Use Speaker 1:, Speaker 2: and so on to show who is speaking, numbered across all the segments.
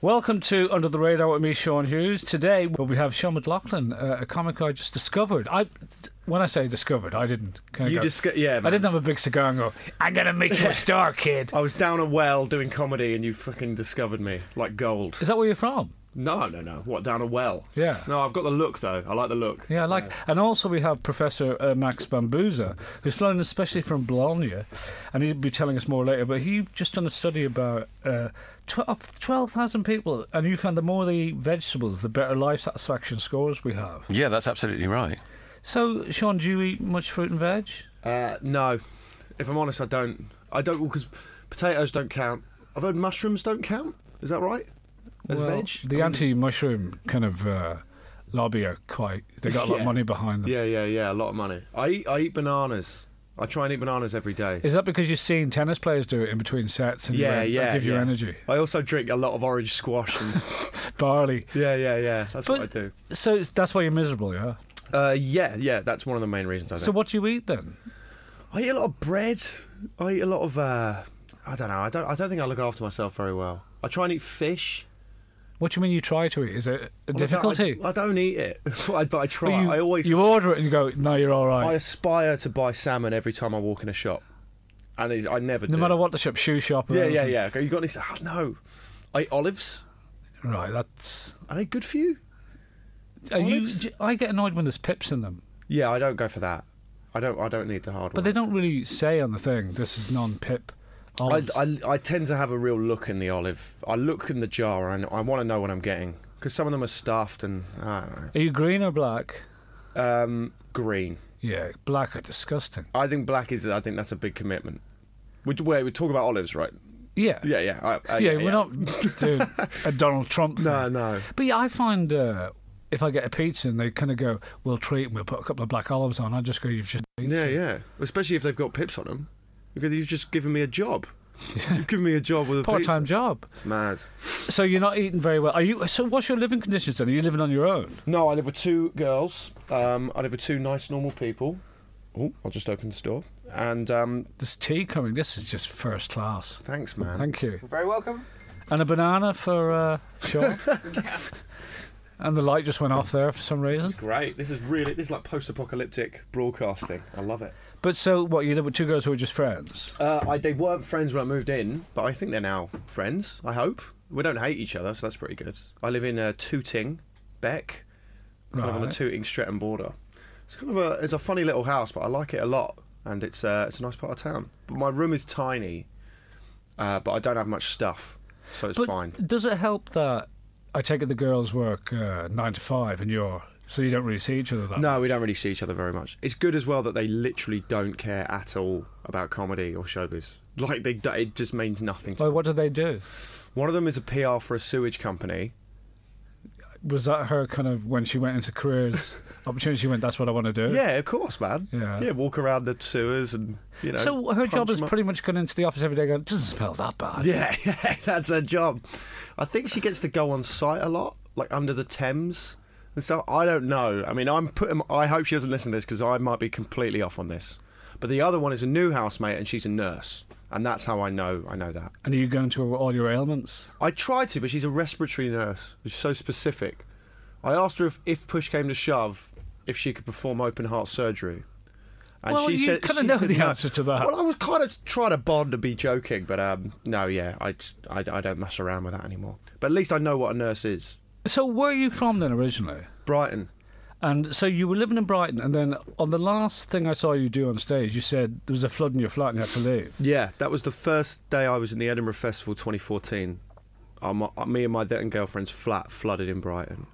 Speaker 1: Welcome to Under the Radar with me, Sean Hughes. Today, well, we have Sean McLaughlin, uh, a comic I just discovered. I, when I say discovered, I didn't. kinda
Speaker 2: You
Speaker 1: go-
Speaker 2: disco- yeah,
Speaker 1: I
Speaker 2: man.
Speaker 1: didn't have a big cigar and go. I'm gonna make you a star, kid.
Speaker 2: I was down a well doing comedy and you fucking discovered me like gold.
Speaker 1: Is that where you're from?
Speaker 2: No, no, no. What, down a well?
Speaker 1: Yeah.
Speaker 2: No, I've got the look though. I like the look.
Speaker 1: Yeah, I like. And also, we have Professor uh, Max Bambuza, who's flown especially from Bologna, and he'll be telling us more later. But he just done a study about uh, 12 12,000 people, and you found the more they eat vegetables, the better life satisfaction scores we have.
Speaker 3: Yeah, that's absolutely right.
Speaker 1: So, Sean, do you eat much fruit and veg?
Speaker 2: Uh, no, if I'm honest, I don't. I don't because potatoes don't count. I've heard mushrooms don't count. Is that right? As
Speaker 1: Well,
Speaker 2: veg.
Speaker 1: The anti-mushroom kind of uh, lobby are quite. They got a lot of
Speaker 2: Yeah.
Speaker 1: money behind them.
Speaker 2: Yeah, yeah, yeah. A lot of money. I eat. I eat bananas. I try and eat bananas every day.
Speaker 1: Is that because you've seen tennis players do it in between sets and you
Speaker 2: yeah,
Speaker 1: went,
Speaker 2: yeah.
Speaker 1: that gives you
Speaker 2: yeah.
Speaker 1: energy?
Speaker 2: I also drink a lot of orange squash. And
Speaker 1: Barley.
Speaker 2: yeah, yeah, yeah. That's what I do.
Speaker 1: So it's- that's why you're miserable, yeah.
Speaker 2: Uh, yeah, yeah. That's one of the main reasons I do.
Speaker 1: So what do you eat then?
Speaker 2: I eat a lot of bread. I eat a lot of. Uh, I don't know. I don't. I don't think I look after myself very well. I try and eat fish.
Speaker 1: What do you mean you try to eat? Is it a
Speaker 2: Well, I don't-
Speaker 1: difficulty?
Speaker 2: I, I don't eat it, That's what I- but I
Speaker 1: Or
Speaker 2: try.
Speaker 1: you,
Speaker 2: I always.
Speaker 1: you order it and you go, no, you're all
Speaker 2: I
Speaker 1: right.
Speaker 2: aspire to buy salmon every time I walk in a shop, and it's, I never.
Speaker 1: no
Speaker 2: do.
Speaker 1: matter what the shop, shoe shop. or
Speaker 2: Yeah, yeah,
Speaker 1: anything.
Speaker 2: yeah. Okay, You got any? sa- Oh, no. I eat olives.
Speaker 1: Right, that's.
Speaker 2: Are they good for you?
Speaker 1: Are you,
Speaker 2: Olives?
Speaker 1: do- I get annoyed when there's pips in them,
Speaker 2: Yeah, I don't go for that. I don't. I don't need the hard
Speaker 1: but they
Speaker 2: one.
Speaker 1: don't really say on the thing this is non-pip.
Speaker 2: I,
Speaker 1: olives."
Speaker 2: I, I tend to have a real look in the olive. I look in the jar and I want to know what I'm getting because some of them are stuffed and I don't know.
Speaker 1: Are you green or black?
Speaker 2: Um, green.
Speaker 1: Yeah, black are disgusting.
Speaker 2: I think black is. I think that's a big commitment. We wait, we talk about olives, right?
Speaker 1: Yeah.
Speaker 2: Yeah, yeah. I, I,
Speaker 1: yeah, we're not doing a Donald Trump thing.
Speaker 2: No, no.
Speaker 1: But yeah, I find uh, if I get a pizza and they kind of go, we'll treat and we'll put a couple of black olives on, I just go, you've just eaten
Speaker 2: Yeah,
Speaker 1: some."
Speaker 2: yeah. Especially if they've got pips on them. Because you've just given me a job. You've given me a job with a
Speaker 1: Part-time job.
Speaker 2: job. Mad.
Speaker 1: So you're not eating very well. Are you? So what's your living conditions then? Are you living on your own?
Speaker 2: No, I live with two girls. Um, I live with two nice, normal people. Oh, I'll just open the door. And um,
Speaker 1: There's tea coming. This is just first class.
Speaker 2: thanks, man.
Speaker 1: Thank you.
Speaker 4: Very welcome.
Speaker 1: And a banana for uh, Sean. and the light just went off there for some reason.
Speaker 2: Great. This is really this is like post-apocalyptic broadcasting. I love it.
Speaker 1: But so what? You live with two girls who are just friends.
Speaker 2: Uh, I, they weren't friends when I moved in, but I think they're now friends. I hope we don't hate each other, so that's pretty good. I live in uh, Tooting, Beck, kind of on the
Speaker 1: Right.
Speaker 2: Tooting Streatham border. It's kind of a it's a funny little house, but I like it a lot, and it's uh, it's a nice part of town. But my room is tiny, uh, but I don't have much stuff, so it's
Speaker 1: But
Speaker 2: fine.
Speaker 1: does it help that I take it the girls work uh, nine to five and you're so you don't really see each other that much?
Speaker 2: No, we don't really see each other very much. It's good as well that they literally don't care at all about comedy or showbiz. Like they, do- it just means nothing. to
Speaker 1: Well, what do they do?
Speaker 2: One of them is a PR for a sewage company.
Speaker 1: Was that her kind of when she went into careers opportunity? She went, "That's what I want to do."
Speaker 2: Yeah, of course, man.
Speaker 1: Yeah.
Speaker 2: walk around the sewers and you know.
Speaker 1: So her
Speaker 2: punch
Speaker 1: job is
Speaker 2: 'em up.
Speaker 1: pretty much going into the office every day, going, "Doesn't smell that bad."
Speaker 2: Yeah, yeah, that's her job. I think she gets to go on site a lot, like under the Thames and stuff. I don't know. I mean, I'm putting. I hope she doesn't listen to this because I might be completely off on this. But the other one is a new housemate, and she's a nurse, and that's how I know. I know that.
Speaker 1: And are you going to all your ailments?
Speaker 2: I tried to, but she's a respiratory nurse. She's so specific. I asked her if, if push came to shove, if she could perform open heart surgery. And
Speaker 1: Well, you kinda
Speaker 2: she
Speaker 1: know the
Speaker 2: no.
Speaker 1: answer to that.
Speaker 2: Well, I was kind of trying to bond and be joking, but um, no, yeah, I, just- I, I don't mess around with that anymore. But at least I know what a nurse is.
Speaker 1: So where are you from then originally?
Speaker 2: Brighton.
Speaker 1: And so you were living in Brighton, and then on the last thing I saw you do on stage, you said there was a flood in your flat and you had to leave.
Speaker 2: Yeah, that was the first day I was in the Edinburgh Festival 2014. Um, uh, me and my then girlfriend's flat flooded in Brighton.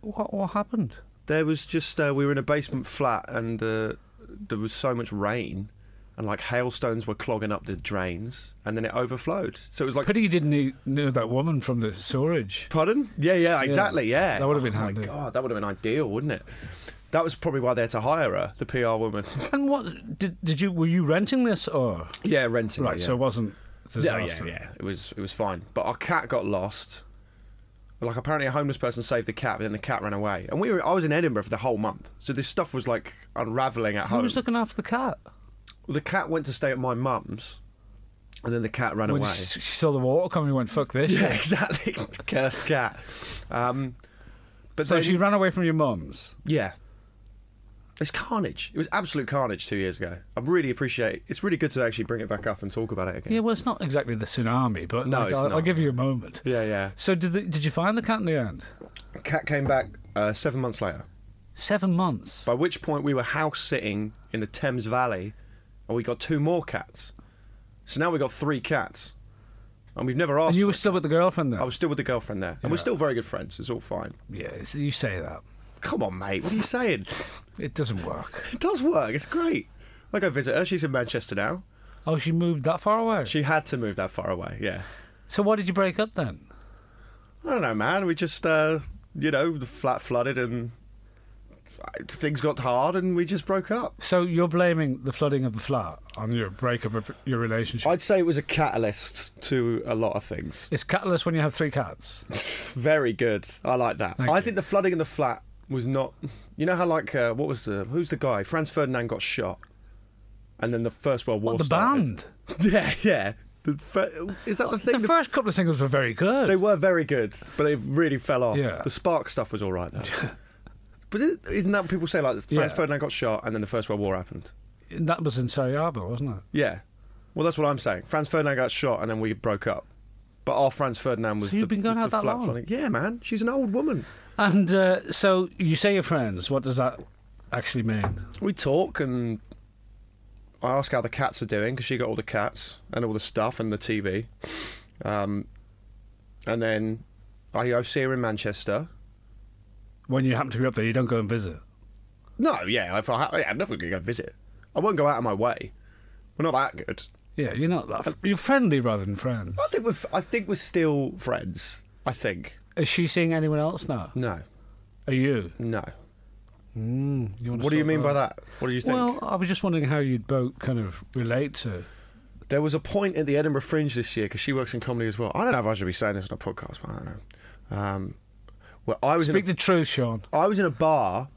Speaker 1: What what happened?
Speaker 2: There was just uh, we were in a basement flat and uh, there was so much rain and like hailstones were clogging up the drains, and then it overflowed. So it was like,
Speaker 1: Pity you didn't knew, knew that woman from the sewerage.
Speaker 2: pardon? Yeah, yeah, exactly, yeah.
Speaker 1: That would've been
Speaker 2: oh
Speaker 1: handy.
Speaker 2: my god, that would have been ideal, wouldn't it? That was probably why they had to hire her, the PR woman.
Speaker 1: And what did did you were you renting this or
Speaker 2: yeah, renting. her,
Speaker 1: right?
Speaker 2: yeah.
Speaker 1: So it wasn't.
Speaker 2: Yeah, yeah,
Speaker 1: disaster.
Speaker 2: yeah. It was it was fine. But our cat got lost. Like apparently a homeless person saved the cat, but then the cat ran away. And we were I was in Edinburgh for the whole month, so this stuff was like unraveling at
Speaker 1: Who
Speaker 2: home.
Speaker 1: was looking after the cat?
Speaker 2: Well, the cat went to stay at my mum's, and then the cat ran
Speaker 1: When
Speaker 2: away.
Speaker 1: she, she saw the water coming, and went fuck this.
Speaker 2: Yeah, exactly. Cursed cat. Um, but
Speaker 1: So
Speaker 2: then,
Speaker 1: she ran away from your mum's.
Speaker 2: yeah. It's carnage. It was absolute carnage two years ago. I really appreciate. It's really good to actually bring it back up and talk about it again.
Speaker 1: Yeah, well, it's not exactly the tsunami, but
Speaker 2: No,
Speaker 1: like,
Speaker 2: it's
Speaker 1: I'll, I'll
Speaker 2: not.
Speaker 1: give you a moment.
Speaker 2: Yeah, yeah.
Speaker 1: So did the, did you find the cat in the end?
Speaker 2: Cat came back uh, seven months later.
Speaker 1: Seven months.
Speaker 2: By which point we were house sitting in the Thames Valley, and we got two more cats. So now we got three cats, and we've never asked.
Speaker 1: And you
Speaker 2: for
Speaker 1: were
Speaker 2: it.
Speaker 1: still with the girlfriend then?
Speaker 2: I was still with the girlfriend there, and we're still very good friends. It's all fine.
Speaker 1: Yeah, so you say that.
Speaker 2: Come on, mate. What are you saying?
Speaker 1: It doesn't work.
Speaker 2: It does work. It's great. I go visit her. She's in Manchester now.
Speaker 1: Oh, she moved that far away.
Speaker 2: She had to move that far away. Yeah.
Speaker 1: so why did you break up then?
Speaker 2: I don't know, man. We just, uh, you know, the flat flooded and things got hard, and we just broke up.
Speaker 1: So you're blaming the flooding of the flat on your breakup of your relationship.
Speaker 2: I'd say it was a catalyst to a lot of things.
Speaker 1: it's catalyst when you have three cats.
Speaker 2: Very good. I like that.
Speaker 1: Thank
Speaker 2: I
Speaker 1: you.
Speaker 2: think the flooding in the flat was not. You know how like uh, what was the who's the guy? Franz Ferdinand got shot, and then the First World War.
Speaker 1: What, the
Speaker 2: started.
Speaker 1: band?
Speaker 2: Yeah, yeah. The fir- is that the
Speaker 1: The
Speaker 2: thing? The-
Speaker 1: first couple of singles were very good.
Speaker 2: they were very good, but they really fell off.
Speaker 1: Yeah.
Speaker 2: The Spark stuff was all right though. but is isn't that what people say like Franz
Speaker 1: Yeah.
Speaker 2: Ferdinand got shot and then the First World War happened?
Speaker 1: that was in Sarajevo, wasn't it?
Speaker 2: Yeah. Well, that's what I'm saying. Franz Ferdinand got shot and then we broke up. But our Franz Ferdinand was
Speaker 1: So you've
Speaker 2: the,
Speaker 1: been going
Speaker 2: was
Speaker 1: out
Speaker 2: the
Speaker 1: that
Speaker 2: flat
Speaker 1: long?
Speaker 2: flooding. Yeah, man. She's an old woman.
Speaker 1: And uh, so you say you're friends. What does that actually mean?
Speaker 2: We talk and I ask how the cats are doing because she got all the cats and all the stuff and the TV. Um, and then I go see her in Manchester.
Speaker 1: When you happen to be up there, you don't go and visit.
Speaker 2: No, yeah, if I ha- yeah, I'm never going to go visit. I won't go out of my way. We're not that good.
Speaker 1: Yeah, you're not that. you're friendly rather than friends.
Speaker 2: I think we're f- I think we're still friends. I think
Speaker 1: Is she seeing anyone else now?
Speaker 2: no,
Speaker 1: Are you?
Speaker 2: no.
Speaker 1: Mm, you wanna
Speaker 2: What do you
Speaker 1: sort
Speaker 2: mean
Speaker 1: that
Speaker 2: by
Speaker 1: out?
Speaker 2: that? What do you think?
Speaker 1: Well, I was just wondering how you'd both kind of relate to.
Speaker 2: There was a point at the Edinburgh Fringe this year because she works in comedy as well. I don't know if I should be saying this on a podcast, but I don't know. Um, well, I was in a-
Speaker 1: Speak the truth, Sean.
Speaker 2: I was in a bar,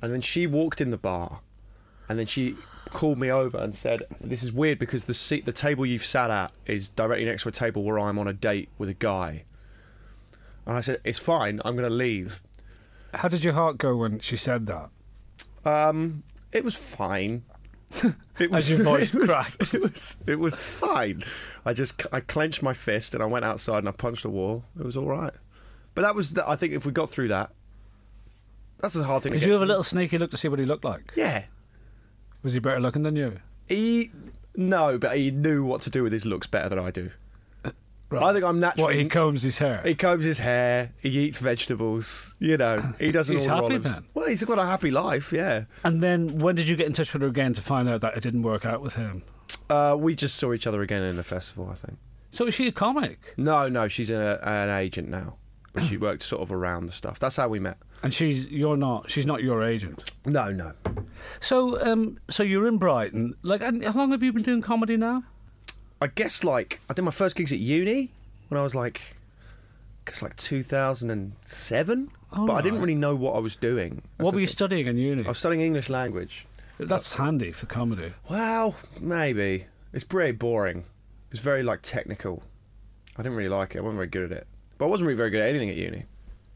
Speaker 2: and then she walked in the bar, and then she called me over and said, "This is weird because the seat, the table you've sat at, is directly next to a table where I'm on a date with a guy." And I said, "It's fine. I'm going to leave."
Speaker 1: How did your heart go when she said that?
Speaker 2: Um, it was fine. It
Speaker 1: As your voice
Speaker 2: it was,
Speaker 1: cracked.
Speaker 2: It was, it was fine. I just I clenched my fist and I went outside and I punched a wall. It was all right. But that was the, I think if we got through that, that's the hard thing. to
Speaker 1: Did
Speaker 2: get
Speaker 1: you have a
Speaker 2: through.
Speaker 1: little sneaky look to see what he looked like?
Speaker 2: Yeah,
Speaker 1: Was he better looking than you?
Speaker 2: He no, but he knew what to do with his looks better than I do. I think I'm naturally.
Speaker 1: What, he combs his hair?
Speaker 2: he combs his hair. He eats vegetables. You know, he doesn't
Speaker 1: He's
Speaker 2: order
Speaker 1: happy
Speaker 2: olives.
Speaker 1: then.
Speaker 2: Well, he's got a happy life. Yeah.
Speaker 1: And then when did you get in touch with her again to find out that it didn't work out with him?
Speaker 2: Uh, we just saw each other again in the festival. I think.
Speaker 1: So is she a comic?
Speaker 2: No, no, she's a, an agent now, but she worked sort of around the stuff. That's how we met.
Speaker 1: And she's you're not. She's not your agent.
Speaker 2: No, no.
Speaker 1: So um, so you're in Brighton. Like, and how long have you been doing comedy now?
Speaker 2: I guess like I did my first gigs at uni when I was like, I guess like 2007.
Speaker 1: All
Speaker 2: but I didn't
Speaker 1: right.
Speaker 2: really know what I was doing. That's
Speaker 1: what
Speaker 2: the
Speaker 1: were you
Speaker 2: thing.
Speaker 1: studying in uni?
Speaker 2: I was studying English language.
Speaker 1: That's handy for comedy.
Speaker 2: Well, maybe. It's pretty boring. It's very like technical. I didn't really like it. I wasn't very good at it. But I wasn't really very good at anything at uni.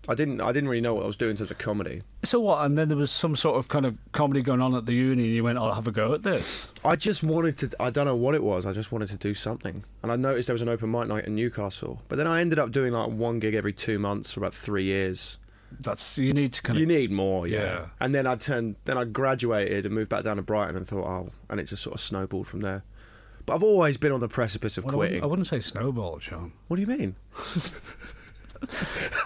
Speaker 2: I didn't I didn't really know what I was doing in terms of comedy.
Speaker 1: So what? And then there was some sort of kind of comedy going on at the uni, and you went, "I'll have a go at this."
Speaker 2: I just wanted to I don't know what it was. I just wanted to do something. And I noticed there was an open mic night in Newcastle. But then I ended up doing like one gig every 2 months for about 3 years.
Speaker 1: That's you need to kind of.
Speaker 2: You need more, yeah.
Speaker 1: Yeah.
Speaker 2: And then I turned then I graduated and moved back down to Brighton and thought, "Oh," and it just sort of snowballed from there. But I've always been on the precipice of
Speaker 1: Well, I,
Speaker 2: quitting.
Speaker 1: wouldn't, I wouldn't say snowball, Sean.
Speaker 2: what do you mean?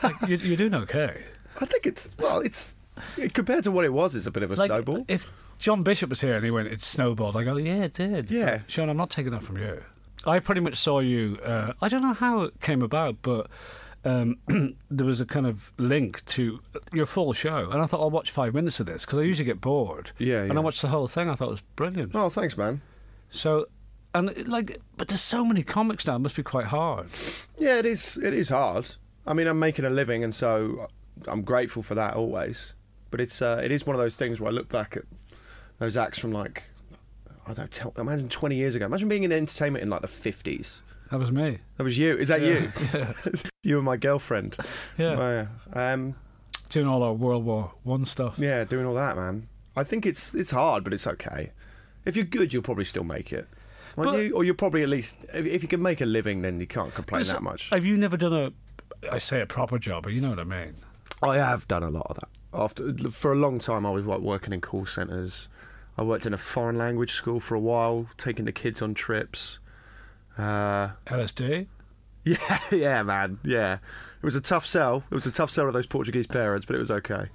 Speaker 1: Like, you, you're doing okay.
Speaker 2: I think it's well, it's compared to what it was, it's a bit of a
Speaker 1: Like, uh,
Speaker 2: snowball.
Speaker 1: If John Bishop was here and he went, it snowballed. I go, yeah, it did.
Speaker 2: Yeah.
Speaker 1: Sean, I'm not taking that from you. I pretty much saw you. Uh, I don't know how it came about, but um, there was a kind of link to your full show. And I thought, I'll watch five minutes of this because I usually get bored.
Speaker 2: Yeah,
Speaker 1: And
Speaker 2: yeah.
Speaker 1: I watched the whole thing. I thought it was brilliant.
Speaker 2: Oh, thanks, man.
Speaker 1: So, and it, like, but there's so many comics now. It must be quite hard.
Speaker 2: Yeah, it is. It is hard. I mean, I'm making a living, and so I'm grateful for that always. But it's uh, it is one of those things where I look back at those acts from like I don't tell, imagine 20 years ago. Imagine being in entertainment in like the 50s.
Speaker 1: That was me.
Speaker 2: That was you. Is that you?
Speaker 1: Yeah.
Speaker 2: you and my girlfriend.
Speaker 1: Yeah.
Speaker 2: Oh, yeah. Um,
Speaker 1: Doing all our World War One stuff.
Speaker 2: yeah, doing all that, man. I think it's it's hard, but it's okay. If you're good, you'll probably still make it. Won't
Speaker 1: But-
Speaker 2: you? Or you'll probably at least if, if you can make a living, then you can't complain
Speaker 1: So-
Speaker 2: that much.
Speaker 1: Have you never done a, I say a proper job, but you know what I mean?
Speaker 2: I have done a lot of that. After for a long time, I was like working in call centers. I worked in a foreign language school for a while, taking the kids on trips. Uh,
Speaker 1: LSD?
Speaker 2: yeah, yeah, man, yeah. It was a tough sell. It was a tough sell of those Portuguese parents, but it was okay.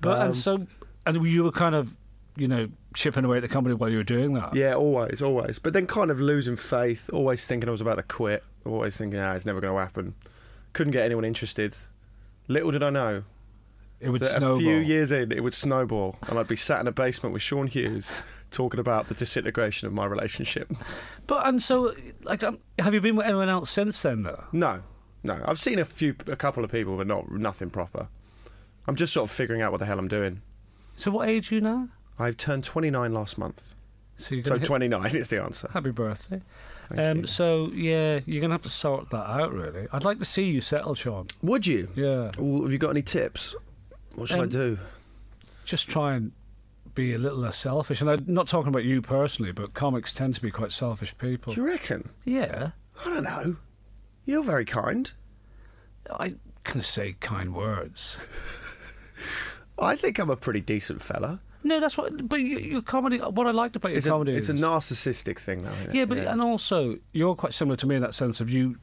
Speaker 1: But
Speaker 2: Um,
Speaker 1: and so and you were kind of you know chipping away at the company while you were doing that.
Speaker 2: Yeah, always, always. But then kind of losing faith, always thinking I was about to quit, always thinking, ah, it's never going to happen. Couldn't get anyone interested. Little did I know
Speaker 1: it would
Speaker 2: that
Speaker 1: snowball.
Speaker 2: a few years in, it would snowball, and I'd be sat in a basement with Sean Hughes talking about the disintegration of my relationship.
Speaker 1: But and so like um, have you been with anyone else since then though?
Speaker 2: No, no. I've seen a few, a couple of people, but not nothing proper. I'm just sort of figuring out what the hell I'm doing.
Speaker 1: So what age are you now?
Speaker 2: I've turned 29 last month,
Speaker 1: So you're
Speaker 2: so
Speaker 1: hit-
Speaker 2: 29 is the answer.
Speaker 1: Happy birthday.
Speaker 2: Thank
Speaker 1: Um,
Speaker 2: you.
Speaker 1: so yeah, you're gonna have to sort that out really. I'd like to see you settle, Sean.
Speaker 2: Would you?
Speaker 1: Yeah,
Speaker 2: Ooh, have you got any tips? What should I
Speaker 1: Um,
Speaker 2: do?
Speaker 1: just try and be a little less selfish. And I'm not talking about you personally, but comics tend to be quite selfish people.
Speaker 2: Do you reckon?
Speaker 1: Yeah,
Speaker 2: I don't know. You're very kind.
Speaker 1: I can say kind words.
Speaker 2: I think I'm a pretty decent fella.
Speaker 1: No, that's what. But your, your comedy, what I liked about your
Speaker 2: It's, a,
Speaker 1: comedy,
Speaker 2: it's a
Speaker 1: is,
Speaker 2: narcissistic thing, though. Isn't it?
Speaker 1: yeah, but and also you're quite similar to me in that sense of you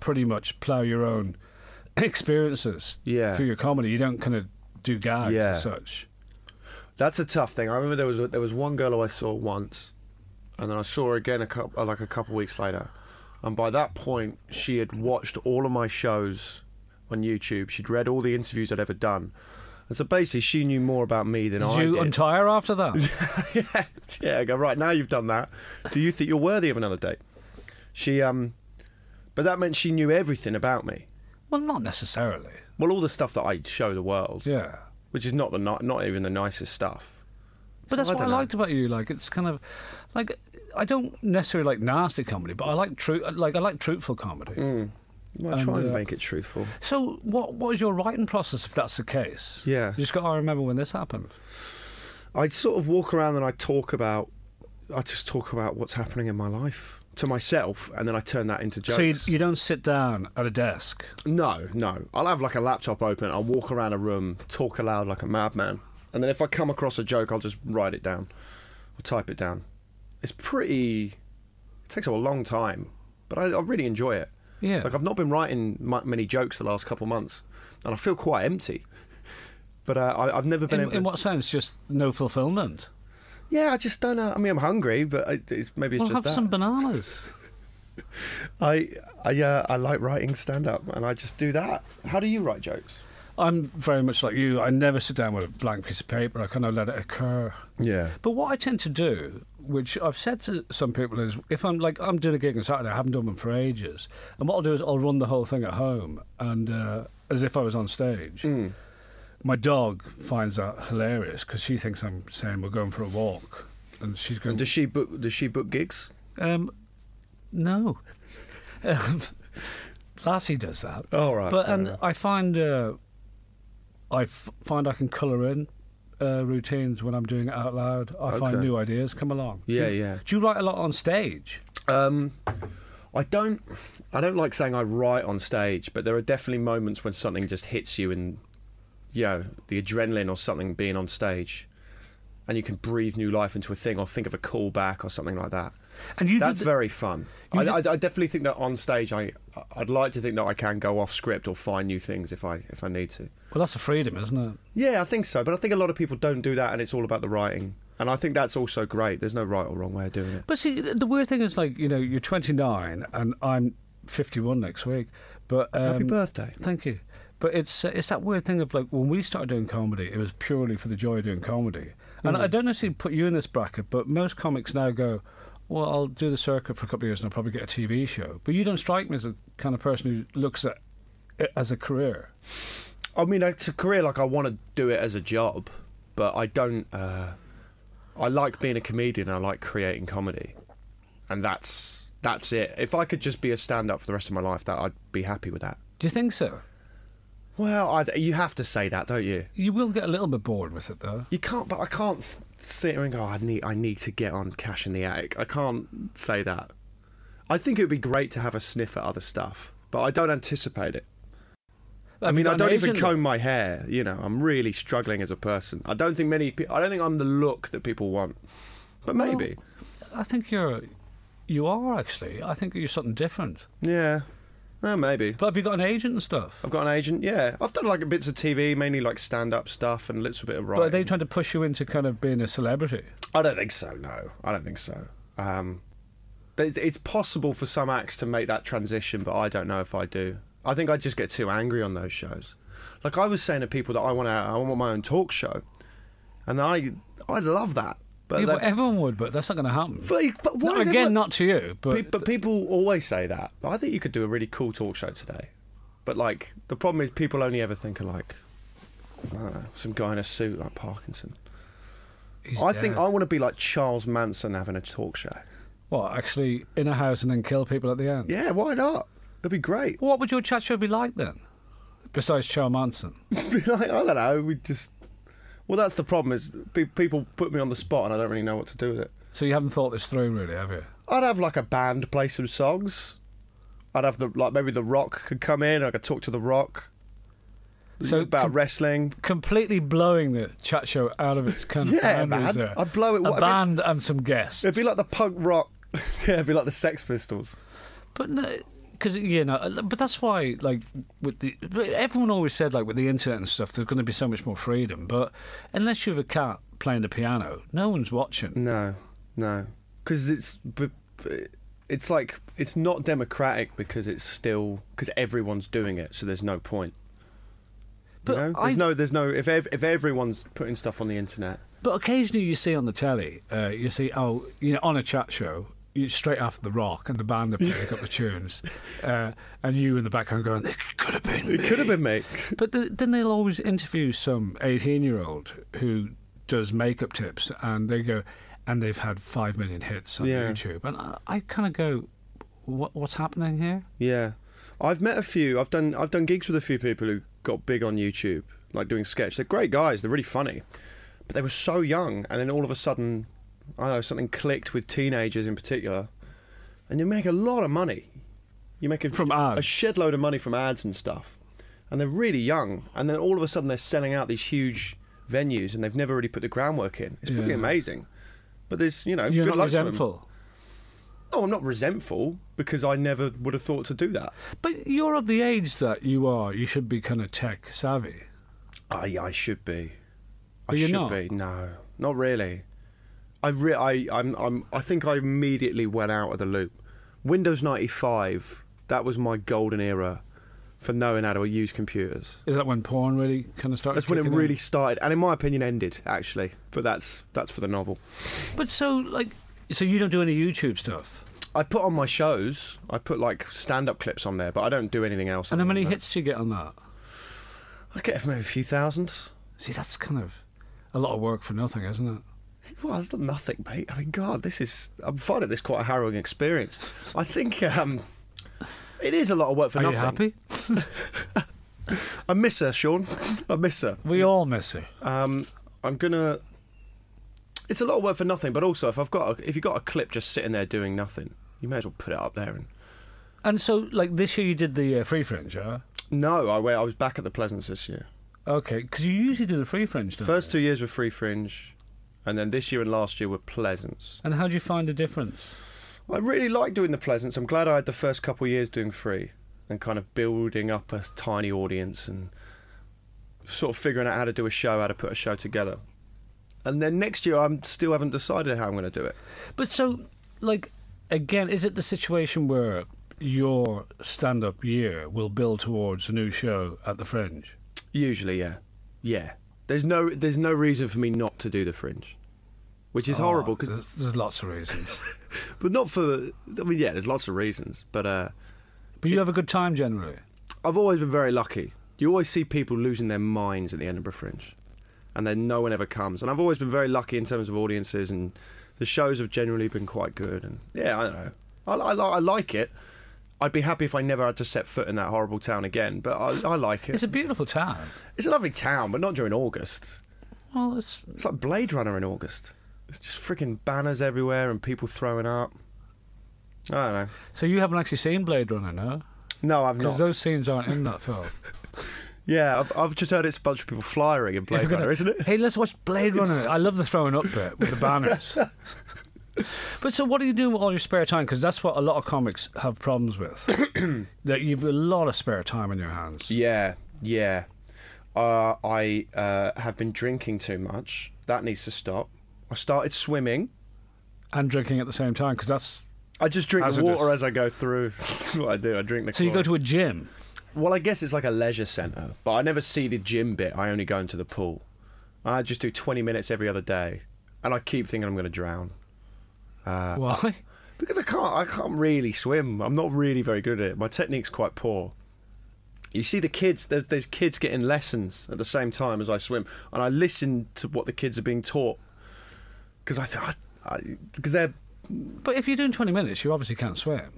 Speaker 1: pretty much plough your own experiences
Speaker 2: Yeah.
Speaker 1: through your comedy. You don't kind of do gags
Speaker 2: Yeah.
Speaker 1: as such.
Speaker 2: That's a tough thing. I remember there was there was one girl who I saw once, and then I saw her again a couple like a couple weeks later, and by that point she had watched all of my shows on YouTube. She'd read all the interviews I'd ever done, and so basically she knew more about me than
Speaker 1: Did
Speaker 2: I
Speaker 1: you
Speaker 2: did.
Speaker 1: untie her after that?
Speaker 2: yeah, yeah. I go right now. You've done that. Do you think you're worthy of another date? She um, but that meant she knew everything about me.
Speaker 1: well, not necessarily.
Speaker 2: Well, all the stuff that I show the world,
Speaker 1: Yeah.
Speaker 2: which is not the ni- not even the nicest stuff.
Speaker 1: But that's
Speaker 2: I
Speaker 1: what I
Speaker 2: dunno.
Speaker 1: liked about you. Like, it's kind of like I don't necessarily like nasty comedy, but I like true, like I like truthful comedy.
Speaker 2: Mm. Well, I try
Speaker 1: And,
Speaker 2: and
Speaker 1: uh,
Speaker 2: make it truthful.
Speaker 1: So, what what is your writing process if that's the case?
Speaker 2: Yeah.
Speaker 1: you just got to remember when this happened.
Speaker 2: I sort of walk around and I talk about, I just talk about what's happening in my life to myself, and then I turn that into jokes.
Speaker 1: So you, you don't sit down at a desk.
Speaker 2: no, no. I'll have like a laptop open. I'll walk around a room, talk aloud like a madman, and then if I come across a joke, I'll just write it down or type it down. It's pretty. It takes a long time, but I, I really enjoy it.
Speaker 1: Yeah.
Speaker 2: Like I've not been writing mu many jokes the last couple of months, and I feel quite empty. But uh, I, I've never been
Speaker 1: in,
Speaker 2: able.
Speaker 1: in what sense? Just no fulfillment.
Speaker 2: Yeah, I just don't know. I mean, I'm hungry, but I, it's, maybe it's
Speaker 1: well,
Speaker 2: just
Speaker 1: have
Speaker 2: that.
Speaker 1: some bananas.
Speaker 2: I I uh, I like writing stand up, and I just do that. How do you write jokes?
Speaker 1: I'm very much like you. I never sit down with a blank piece of paper. I kind of let it occur.
Speaker 2: Yeah.
Speaker 1: But what I tend to do, which I've said to some people, is if I'm like I'm doing a gig on Saturday, I haven't done one for ages, and what I'll do is I'll run the whole thing at home and uh, as if I was on stage. My dog finds that hilarious because she thinks I'm saying we're going for a walk, and she's going.
Speaker 2: And does she book does she book gigs?
Speaker 1: Um, no. Um, Lassie does that.
Speaker 2: All Oh, right,
Speaker 1: But um,
Speaker 2: fair
Speaker 1: and
Speaker 2: enough.
Speaker 1: I find uh, I f- find I can colour in uh, routines when I'm doing it out loud. I find
Speaker 2: Okay.
Speaker 1: new ideas come along. Do
Speaker 2: Yeah,
Speaker 1: you-
Speaker 2: yeah.
Speaker 1: Do you write a lot on stage?
Speaker 2: Um, I don't I don't like saying I write on stage, but there are definitely moments when something just hits you and you know, the adrenaline or something being on stage. And you can breathe new life into a thing, or think of a callback, or something like that.
Speaker 1: And you
Speaker 2: That's
Speaker 1: did the-
Speaker 2: very fun. I, I, I definitely think that on stage, I I'd like to think that I can go off script or find new things if I if I need to.
Speaker 1: well, that's a freedom, isn't it?
Speaker 2: Yeah, I think so. But I think a lot of people don't do that, and it's all about the writing. And I think that's also great. There's no right or wrong way of doing it.
Speaker 1: But see, th- the weird thing is, like, you know, you're 29 and I'm 51 next week. But um,
Speaker 2: Happy birthday.
Speaker 1: Thank you. But it's uh, it's that weird thing of like when we started doing comedy, it was purely for the joy of doing comedy. And
Speaker 2: Hmm.
Speaker 1: I don't necessarily put you in this bracket, but most comics now go, "Well, I'll do the circuit for a couple of years and I'll probably get a TV show." But you don't strike me as the kind of person who looks at it as a career.
Speaker 2: I mean, it's a career like I want to do it as a job, but I don't. Uh, I like being a comedian. I like creating comedy, and that's that's it. If I could just be a stand-up for the rest of my life, that I'd be happy with that.
Speaker 1: Do you think so?
Speaker 2: Well, I, you have to say that, don't you?
Speaker 1: You will get a little bit bored with it, though.
Speaker 2: You can't, but I can't s- sit here and go. "Oh, I need, I need to get on cash in the attic. I can't say that. I think it would be great to have a sniff at other stuff, but I don't anticipate it. I mean, I don't even comb my hair. You know, I'm really struggling as a person. I don't think many. Pe- I don't think I'm the look that people want. But maybe,
Speaker 1: I think you're, you are actually. I think you're something different.
Speaker 2: yeah, Oh, maybe.
Speaker 1: But have you got an agent and stuff?
Speaker 2: I've got an agent. Yeah, I've done like bits of TV, mainly like stand-up stuff and a little bit of
Speaker 1: But are
Speaker 2: writing.
Speaker 1: they trying to push you into kind of being a celebrity?
Speaker 2: I don't think so. No, I don't think so. Um, but it's- it's possible for some acts to make that transition, but I don't know if I do. I think I just get too angry on those shows. Like I was saying to people that I want to, I want my own talk show, and I, I love that. But
Speaker 1: Yeah,
Speaker 2: they-
Speaker 1: but everyone would, but that's not going to happen.
Speaker 2: But, but
Speaker 1: No,
Speaker 2: what is
Speaker 1: again,
Speaker 2: everyone-
Speaker 1: not to you, but,
Speaker 2: Pe- but people always say that. I think you could do a really cool talk show today. But like the problem is people only ever think of like I don't know, some guy in a suit like Parkinson.
Speaker 1: he's
Speaker 2: I
Speaker 1: dead.
Speaker 2: think I want to be like Charles Manson having a talk show.
Speaker 1: what actually in a house and then kill people at the end.
Speaker 2: Yeah, why not? It'd be great.
Speaker 1: What would your chat show be like then? Besides Charles Manson,
Speaker 2: Be like, I don't know. We just well, that's the problem is pe- people put me on the spot and I don't really know what to do with it.
Speaker 1: so you haven't thought this through really, have you?
Speaker 2: I'd have like a band play some songs. I'd have the like maybe the Rock could come in. I could talk to the Rock
Speaker 1: So
Speaker 2: about
Speaker 1: com-
Speaker 2: wrestling.
Speaker 1: completely blowing the chat show out of its kind of
Speaker 2: Yeah,
Speaker 1: boundaries
Speaker 2: man.
Speaker 1: there.
Speaker 2: I'd blow it-
Speaker 1: A
Speaker 2: what if it-
Speaker 1: band and some guests.
Speaker 2: It'd be like the punk rock. yeah, it'd be like the Sex Pistols.
Speaker 1: But no, because you know, uh, but that's why like with the but everyone always said like with the internet and stuff, there's going to be so much more freedom. But unless you have a cat playing the piano, no one's watching.
Speaker 2: No, no, because it's b- b- it's like it's not democratic because it's still because everyone's doing it, so there's no point.
Speaker 1: But
Speaker 2: you know?
Speaker 1: I-
Speaker 2: there's no, there's no. If ev- if everyone's putting stuff on the internet,
Speaker 1: But occasionally you see on the telly, uh, you see oh, you know, on a chat show. You straight after the rock and the band are playing a couple of tunes, uh, and you in the background going, "It could have been."
Speaker 2: it could have been me.
Speaker 1: But th then they'll always interview some 18 year old who does makeup tips and they go, and they've had 5 million hits on
Speaker 2: Yeah.
Speaker 1: YouTube. And I, I kind of go, what, what's happening here?
Speaker 2: Yeah, I've met a few. I've done I've done gigs with a few people who got big on YouTube, like doing sketch. They're great guys. They're really funny, but they were so young, and then all of a sudden, I don't know something clicked with teenagers in particular, and you make a lot of money. You make a,
Speaker 1: From
Speaker 2: a
Speaker 1: ads.
Speaker 2: shed load of money from ads and stuff, and they're really young, and then all of a sudden they're selling out these huge venues, and they've never really put the groundwork in. It's pretty
Speaker 1: Yeah.
Speaker 2: amazing. But there's, you know,
Speaker 1: You're
Speaker 2: good
Speaker 1: not
Speaker 2: luck to them.
Speaker 1: resentful.
Speaker 2: No, I'm not resentful because I never would have thought to do that.
Speaker 1: But you're of the age that you are. You should be kind of tech savvy.
Speaker 2: I I should be. I
Speaker 1: But you're
Speaker 2: should
Speaker 1: not?
Speaker 2: be. No, not really. I re- I I'm, I'm I think I immediately went out of the loop. Windows 95. That was my golden era for knowing how to use computers.
Speaker 1: Is that when porn really kind of started?
Speaker 2: That's when it
Speaker 1: kicking in?
Speaker 2: really started, and in my opinion, ended actually. But that's that's for the novel.
Speaker 1: But so, like, so you don't do any YouTube stuff.
Speaker 2: I put on my shows. I put like stand-up clips on there, but I don't do anything else.
Speaker 1: And how
Speaker 2: other
Speaker 1: many
Speaker 2: than
Speaker 1: hits do you get on that?
Speaker 2: that. I get maybe a few thousands.
Speaker 1: See, that's kind of a lot of work for nothing, isn't it?
Speaker 2: Well, it's not nothing, mate. I mean, God, this is. I'm finding this quite a harrowing experience. I think um, it is a lot of work for
Speaker 1: Are
Speaker 2: nothing.
Speaker 1: you happy?
Speaker 2: I miss her, Sean. I miss her.
Speaker 1: We all miss it.
Speaker 2: Um, I'm gonna. It's a lot of work for nothing, but also if I've got a, if you've got a clip just sitting there doing nothing, you may as well put it up there. And
Speaker 1: And so, like this year, you did the uh, free fringe, huh?
Speaker 2: no, I went. I was back at the Pleasance this year.
Speaker 1: Okay, because you usually do the free fringe, don't
Speaker 2: First two years were Free Fringe, and then this year and last year were Pleasance.
Speaker 1: you? And how do you find the difference?
Speaker 2: I really like doing the Pleasance. I'm glad I had the first couple of years doing free and kind of building up a tiny audience and sort of figuring out how to do a show, how to put a show together. And then next year, I'm still haven't decided how I'm going to do it.
Speaker 1: But so, like, again, is it the situation where your stand up year will build towards a new show at the Fringe?
Speaker 2: Usually, yeah, yeah. There's no there's no reason for me not to do the fringe, which
Speaker 1: Oh,
Speaker 2: is horrible 'cause horrible.
Speaker 1: There's, there's lots of reasons.
Speaker 2: Cause, but not for. I mean, yeah, there's lots of reasons, but uh,
Speaker 1: but you have a good time generally.
Speaker 2: I've always been very lucky. You always see people losing their minds at the Edinburgh Fringe, and then no one ever comes. And I've always been very lucky in terms of audiences, and the shows have generally been quite good. And yeah, I don't know. I, I, li- I like it. I'd be happy if I never had to set foot in that horrible town again, but I, I like it.
Speaker 1: It's a beautiful time.
Speaker 2: It's a lovely town, but not during August.
Speaker 1: Well, it's
Speaker 2: It's like Blade Runner in August. It's just freaking banners everywhere and people throwing up. I don't know.
Speaker 1: so you haven't actually seen Blade Runner, no?
Speaker 2: No, I've
Speaker 1: Because
Speaker 2: not.
Speaker 1: those scenes aren't in that film.
Speaker 2: Yeah, I've, I've just heard it's a bunch of people flying in
Speaker 1: If
Speaker 2: Blade
Speaker 1: we're gonna-
Speaker 2: Runner, isn't it?
Speaker 1: Hey, let's watch Blade Runner. I love the throwing up bit with the banners. But so, what do you do with all your spare time? Because that's what a lot of comics have problems with. that you've a lot of spare time in your hands.
Speaker 2: Yeah, yeah. Uh, I uh, have been drinking too much. That needs to stop. I started swimming.
Speaker 1: and drinking at the same time because that's
Speaker 2: I just drink the
Speaker 1: Hazardous.
Speaker 2: water as I go through. That's what I do. I drink the.
Speaker 1: so you go
Speaker 2: chlorine.
Speaker 1: to a gym
Speaker 2: Well, I guess it's like a leisure centre, but I never see the gym bit. I only go into the pool. I just do 20 minutes every other day, and I keep thinking I'm going to drown uh,
Speaker 1: why
Speaker 2: because I can't. I can't really swim. I'm not really very good at it. My technique's quite poor. You see the kids. There's, there's kids getting lessons at the same time as I swim, and I listen to what the kids are being taught because I think because they're
Speaker 1: but if you're doing 20 minutes you obviously can't swim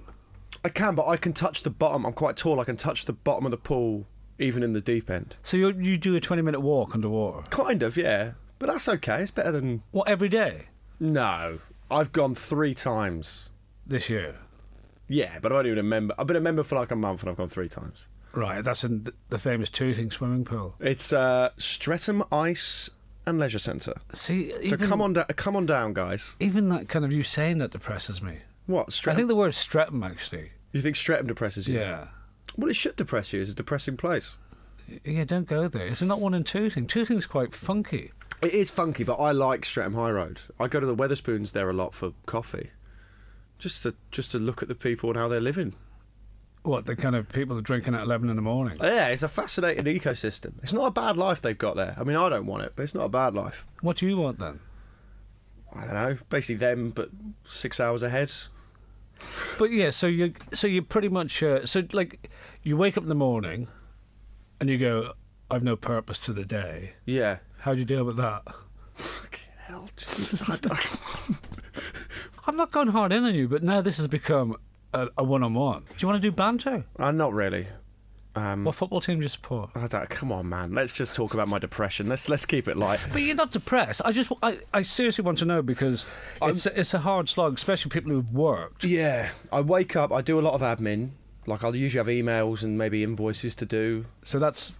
Speaker 2: I can, but I can touch the bottom. I'm quite tall. I can touch the bottom of the pool even in the deep end.
Speaker 1: so you you do a 20 minute walk underwater
Speaker 2: Kind of, yeah. But that's okay. It's better than
Speaker 1: what every day
Speaker 2: No, I've gone three times.
Speaker 1: this year
Speaker 2: Yeah, but I've only been a member. I've been a member for like a month, and I've gone three times.
Speaker 1: right that's in th- the famous tooting swimming pool
Speaker 2: It's uh, Streatham Ice and Leisure Centre.
Speaker 1: see
Speaker 2: So
Speaker 1: even,
Speaker 2: come on, da- come on down, guys.
Speaker 1: even that kind of you saying that depresses me
Speaker 2: What
Speaker 1: I
Speaker 2: Streatham?
Speaker 1: think the word Streatham actually
Speaker 2: you think Streatham depresses you?
Speaker 1: yeah
Speaker 2: Well, it should depress you. It's a depressing place.
Speaker 1: yeah don't go there it's not one in Tooting Tooting's quite funky
Speaker 2: It is funky, but I like Streatham High Road. I go to the Weatherspoons there a lot for coffee, just to just to look at the people and how they're living.
Speaker 1: what the kind of people that are drinking at 11 in the morning
Speaker 2: Yeah, it's a fascinating ecosystem. It's not a bad life they've got there. I mean, I don't want it, but it's not a bad life.
Speaker 1: what do you want then
Speaker 2: I don't know, basically them, but six hours ahead.
Speaker 1: But yeah, so you so you pretty much uh, so like you wake up in the morning and you go, I've no purpose to the day.
Speaker 2: Yeah.
Speaker 1: How do you deal with that?
Speaker 2: Fucking hell, Jesus. I don't-
Speaker 1: I'm not going hard in on you, but now this has become a, a one-on-one. Do you want to do banter?
Speaker 2: I'm not really. Um,
Speaker 1: What football team do you support?
Speaker 2: I don't, come on, man. Let's just talk about my depression. Let's let's keep it light.
Speaker 1: But you're not depressed. I just I, I seriously want to know because it's a, it's a hard slog, especially people who've worked.
Speaker 2: Yeah. I wake up. I do a lot of admin. Like I'll usually have emails and maybe invoices to do.
Speaker 1: So that's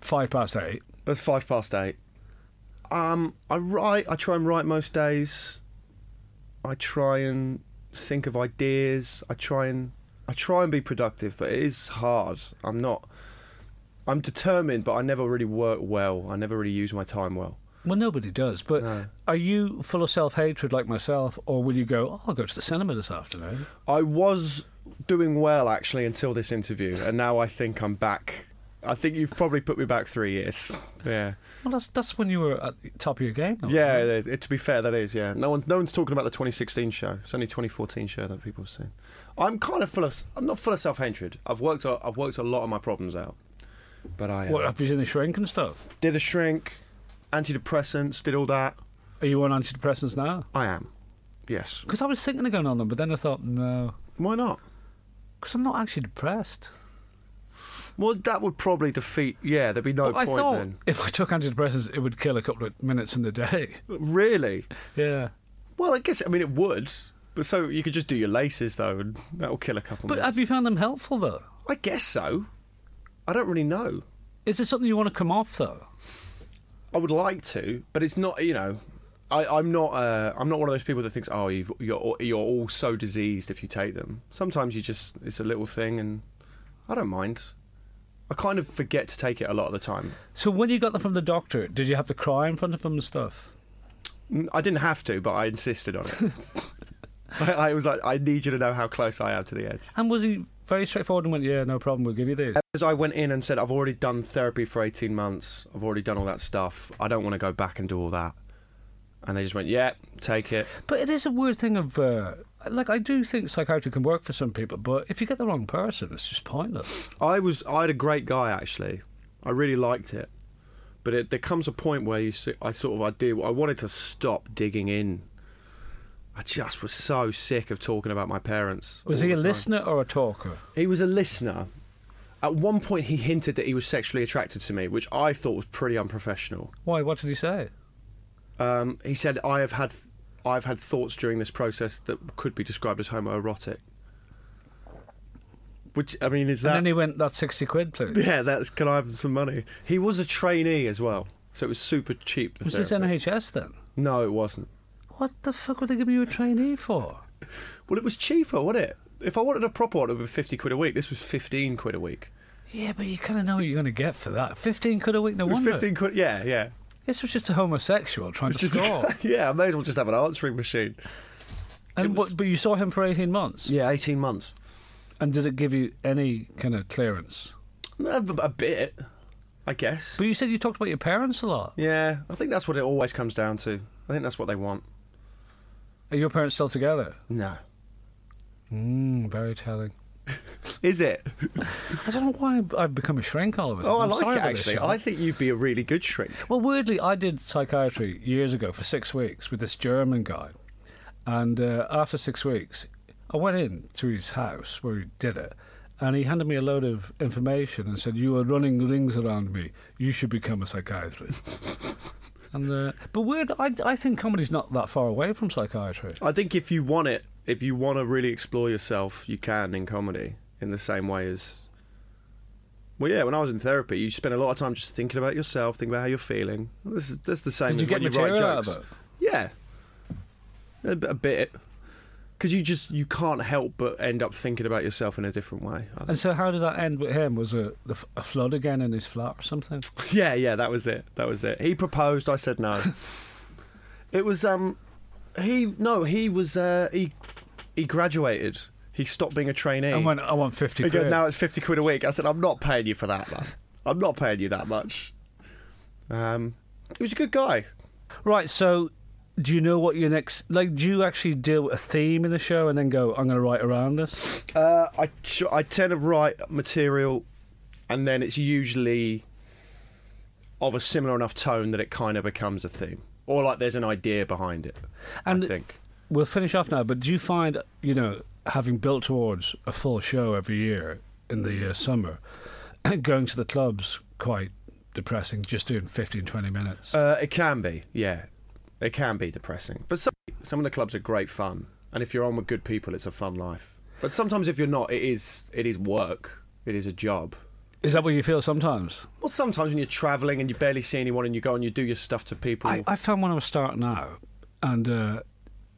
Speaker 1: five past eight.
Speaker 2: It's five past eight. Um, I write. I try and write most days. I try and think of ideas. I try and I try and be productive, but it is hard. I'm not. I'm determined, but I never really work well. I never really use my time well.
Speaker 1: Well, nobody does. But
Speaker 2: No.
Speaker 1: are you full of self hatred like myself, or will you go? Oh, I'll go to the cinema this afternoon.
Speaker 2: I was doing well actually until this interview, and now I think I'm back. I think you've probably put me back three years. Yeah.
Speaker 1: Well, that's that's when you were at the top of your game. though.
Speaker 2: Yeah, it, it- to be fair, that is. Yeah, no one's no one's talking about the 2016 show. It's only 2014 show that people have seen. I'm kind of full of. I'm not full of self hatred. I've worked. A, I've worked a lot of my problems out. But I uh,
Speaker 1: What have you seen the shrink and stuff?
Speaker 2: did a shrink, antidepressants, did all that.
Speaker 1: Are you on antidepressants now?
Speaker 2: I am. Yes.
Speaker 1: Because I was thinking of going on them, but then I thought no,
Speaker 2: Why not?
Speaker 1: because I'm not actually depressed.
Speaker 2: Well, that would probably defeat. Yeah, there'd be no
Speaker 1: I
Speaker 2: point
Speaker 1: thought
Speaker 2: then.
Speaker 1: if I took antidepressants, it would kill a couple of minutes in the day.
Speaker 2: Really?
Speaker 1: Yeah,
Speaker 2: Well, I guess. I mean, it would. But so you could just do your laces though, and that'll kill a couple.
Speaker 1: but
Speaker 2: minutes.
Speaker 1: have you found them helpful though?
Speaker 2: I guess so. I don't really know.
Speaker 1: Is this something you want to come off though?
Speaker 2: I would like to, but it's not. You know, I, I'm not. Uh, I'm not one of those people that thinks, "Oh, you've, you're you're all so diseased if you take them." Sometimes you just it's a little thing, and I don't mind. I kind of forget to take it a lot of the time.
Speaker 1: So when you got them from the doctor, did you have to cry in front of them and stuff?
Speaker 2: Mm, I didn't have to, but I insisted on it. I, I was like, I need you to know how close I am to the edge.
Speaker 1: And was he very straightforward and went, "Yeah, no problem. We'll give you these."
Speaker 2: As I went in and said, I've already done therapy for 18 months. I've already done all that stuff. I don't want to go back and do all that. And they just went, yeah, take it.
Speaker 1: But it is a weird thing of uh, like I do think psychiatry can work for some people, but if you get the wrong person, it's just pointless.
Speaker 2: I was, I had a great guy actually. I really liked it. But it, there comes a point where you, see, I sort of, I did, I wanted to stop digging in. I just was so sick of talking about my parents.
Speaker 1: Was
Speaker 2: all
Speaker 1: he a
Speaker 2: the time.
Speaker 1: listener or a talker?
Speaker 2: He was a listener. At one point, he hinted that he was sexually attracted to me, which I thought was pretty unprofessional.
Speaker 1: Why? What did he say?
Speaker 2: Um, he said, "I have had, I've had thoughts during this process that could be described as homoerotic." Which I mean, is
Speaker 1: and then
Speaker 2: that?
Speaker 1: he went, "That's sixty quid, please."
Speaker 2: yeah, that's. Can I have some money? He was a trainee as well, so it was super cheap. The
Speaker 1: Was this
Speaker 2: therapy.
Speaker 1: NHS then?
Speaker 2: No, it wasn't.
Speaker 1: What the fuck were they giving you a trainee for?
Speaker 2: Well, it was cheaper, wasn't it? If I wanted a proper one, it would be fifty quid a week. This was fifteen quid a week.
Speaker 1: Yeah, but you kind of know what you're going to get for that. Fifteen quid a week, no
Speaker 2: It was
Speaker 1: wonder.
Speaker 2: fifteen quid. Yeah, yeah.
Speaker 1: This was just a homosexual trying to
Speaker 2: Just-
Speaker 1: score.
Speaker 2: yeah, I may as well just have an answering machine.
Speaker 1: and what, but you saw him for eighteen months,
Speaker 2: Yeah, eighteen months.
Speaker 1: and did it give you any kind of clearance?
Speaker 2: A, a bit, I guess.
Speaker 1: But you said you talked about your parents a lot.
Speaker 2: Yeah, I think that's what it always comes down to. I think that's what they want.
Speaker 1: Are your parents still together?
Speaker 2: No. Hmm,
Speaker 1: Mm, very telling.
Speaker 2: Is it?
Speaker 1: I don't know why I've become a shrink all of a sudden.
Speaker 2: Oh, I
Speaker 1: I'm
Speaker 2: like
Speaker 1: sorry
Speaker 2: it
Speaker 1: about this,
Speaker 2: actually.
Speaker 1: Sean.
Speaker 2: I think you'd be a really good shrink.
Speaker 1: Well, weirdly, I did psychiatry years ago for six weeks with this German guy. And uh, after six weeks, I went in to his house where he did it. And he handed me a load of information and said, You are running rings around me. You should become a psychiatrist. and, uh, but weird, I, I think comedy's not that far away from psychiatry.
Speaker 2: I think if you want it, if you want to really explore yourself, you can in comedy in the same way as. Well, yeah. When I was in therapy, you spend a lot of time just thinking about yourself, thinking about how you're feeling. This is that's the same.
Speaker 1: Did
Speaker 2: as
Speaker 1: you get
Speaker 2: when you write
Speaker 1: material out of
Speaker 2: jokes.
Speaker 1: it?
Speaker 2: Yeah, a, b- a bit. Because you just you can't help but end up thinking about yourself in a different way. I think.
Speaker 1: And so, how did that end with him? Was it the f- a flood again in his flat or something?
Speaker 2: Yeah, yeah, that was it. That was it. He proposed, I said no. it was um he no, he was uh he he graduated. He stopped being a trainee.
Speaker 1: I went, I want 50
Speaker 2: He
Speaker 1: quid.
Speaker 2: go, now it's 50 quid a week. I said I'm not paying you for that, man. I'm not paying you that much. Um he was a good guy.
Speaker 1: Right, so do you know what your next like do you actually deal with a theme in the show and then go I'm going to write around this?
Speaker 2: Uh I tr- I tend to write material and then it's usually of a similar enough tone that it kind of becomes a theme. Or like there's an idea behind it.
Speaker 1: And-
Speaker 2: I think.
Speaker 1: We'll finish off now, but do you find, you know, having built towards a full show every year in the uh, summer going to the clubs quite depressing just doing 15 20 minutes.
Speaker 2: Uh, it can be, yeah. It can be depressing. But some, some of the clubs are great fun, and if you're on with good people, it's a fun life. But sometimes if you're not, it is it is work. It is a job.
Speaker 1: Is that what you feel sometimes?
Speaker 2: Well, sometimes when you're travelling and you barely see anyone, and you go and you do your stuff to people.
Speaker 1: I, I found when I was starting out, and uh,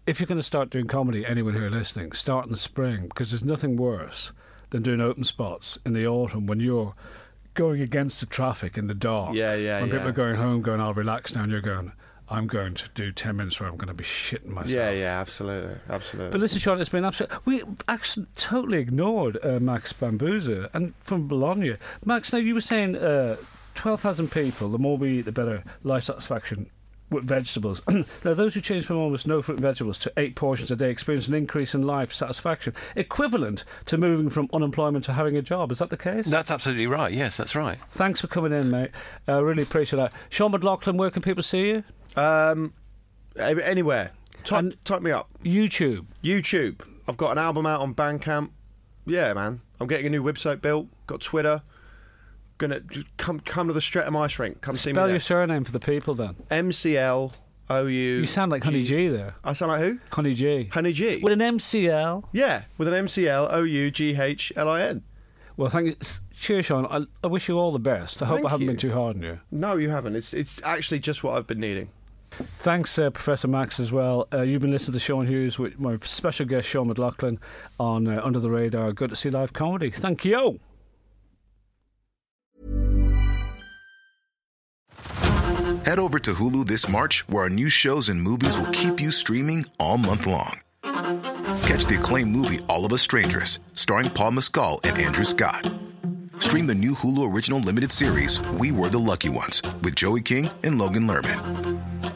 Speaker 1: if you're going to start doing comedy, anyone who are listening, start in the spring because there's nothing worse than doing open spots in the autumn when you're going against the traffic in the dark.
Speaker 2: Yeah, yeah,
Speaker 1: When people
Speaker 2: yeah.
Speaker 1: are going home, going, "I'll relax now," and you're going, "I'm going to do ten minutes where I'm going to be shitting myself."
Speaker 2: yeah, yeah, absolutely,
Speaker 1: But
Speaker 2: absolutely.
Speaker 1: listen, Sean, it's been absolutely. We actually totally ignored uh, Max Bambuza and from Bologna. Max, now you were saying uh, 12,000 people, the more we eat, the better life satisfaction with vegetables. now, those who change from almost no fruit and vegetables to eight portions a day experience an increase in life satisfaction, equivalent to moving from unemployment to having a job. Is that the case?
Speaker 3: That's absolutely right. Yes, that's right.
Speaker 1: Thanks for coming in, mate. I really appreciate that. Sean McLaughlin, where can people see you?
Speaker 2: um, a- anywhere, type,
Speaker 1: And-
Speaker 2: type me up.
Speaker 1: YouTube.
Speaker 2: YouTube. I've got an album out on Bandcamp. Yeah, man. I'm getting a new website built. Got Twitter. Gonna just come come to the Streatham Ice Rink. Come see me.
Speaker 1: Spell
Speaker 2: there.
Speaker 1: your surname for the people then.
Speaker 2: M C L O U.
Speaker 1: You sound like Honey G there.
Speaker 2: I sound like who?
Speaker 1: Honey G.
Speaker 2: Honey G.
Speaker 1: With an MCL.
Speaker 2: yeah, with an M C L O U G H L I N.
Speaker 1: Well, thank you. Cheers, Sean. I, I wish you all the best. I hope
Speaker 2: Thank
Speaker 1: I haven't
Speaker 2: you.
Speaker 1: been too hard on you.
Speaker 2: No, you haven't. It's it's actually just what I've been needing.
Speaker 1: Thanks, uh, Professor Max, as well. Uh, you've been listening to Sean Hughes with my special guest, Sean McLaughlin, on uh, Under the Radar. Good to see live comedy. Thank you.
Speaker 4: Head over to Hulu this March, where our new shows and movies will keep you streaming all month long. Catch the acclaimed movie All of Us Strangers, starring Paul Mescal and Andrew Scott. Stream the new Hulu original limited series We Were the Lucky Ones with Joey King and Logan Lerman.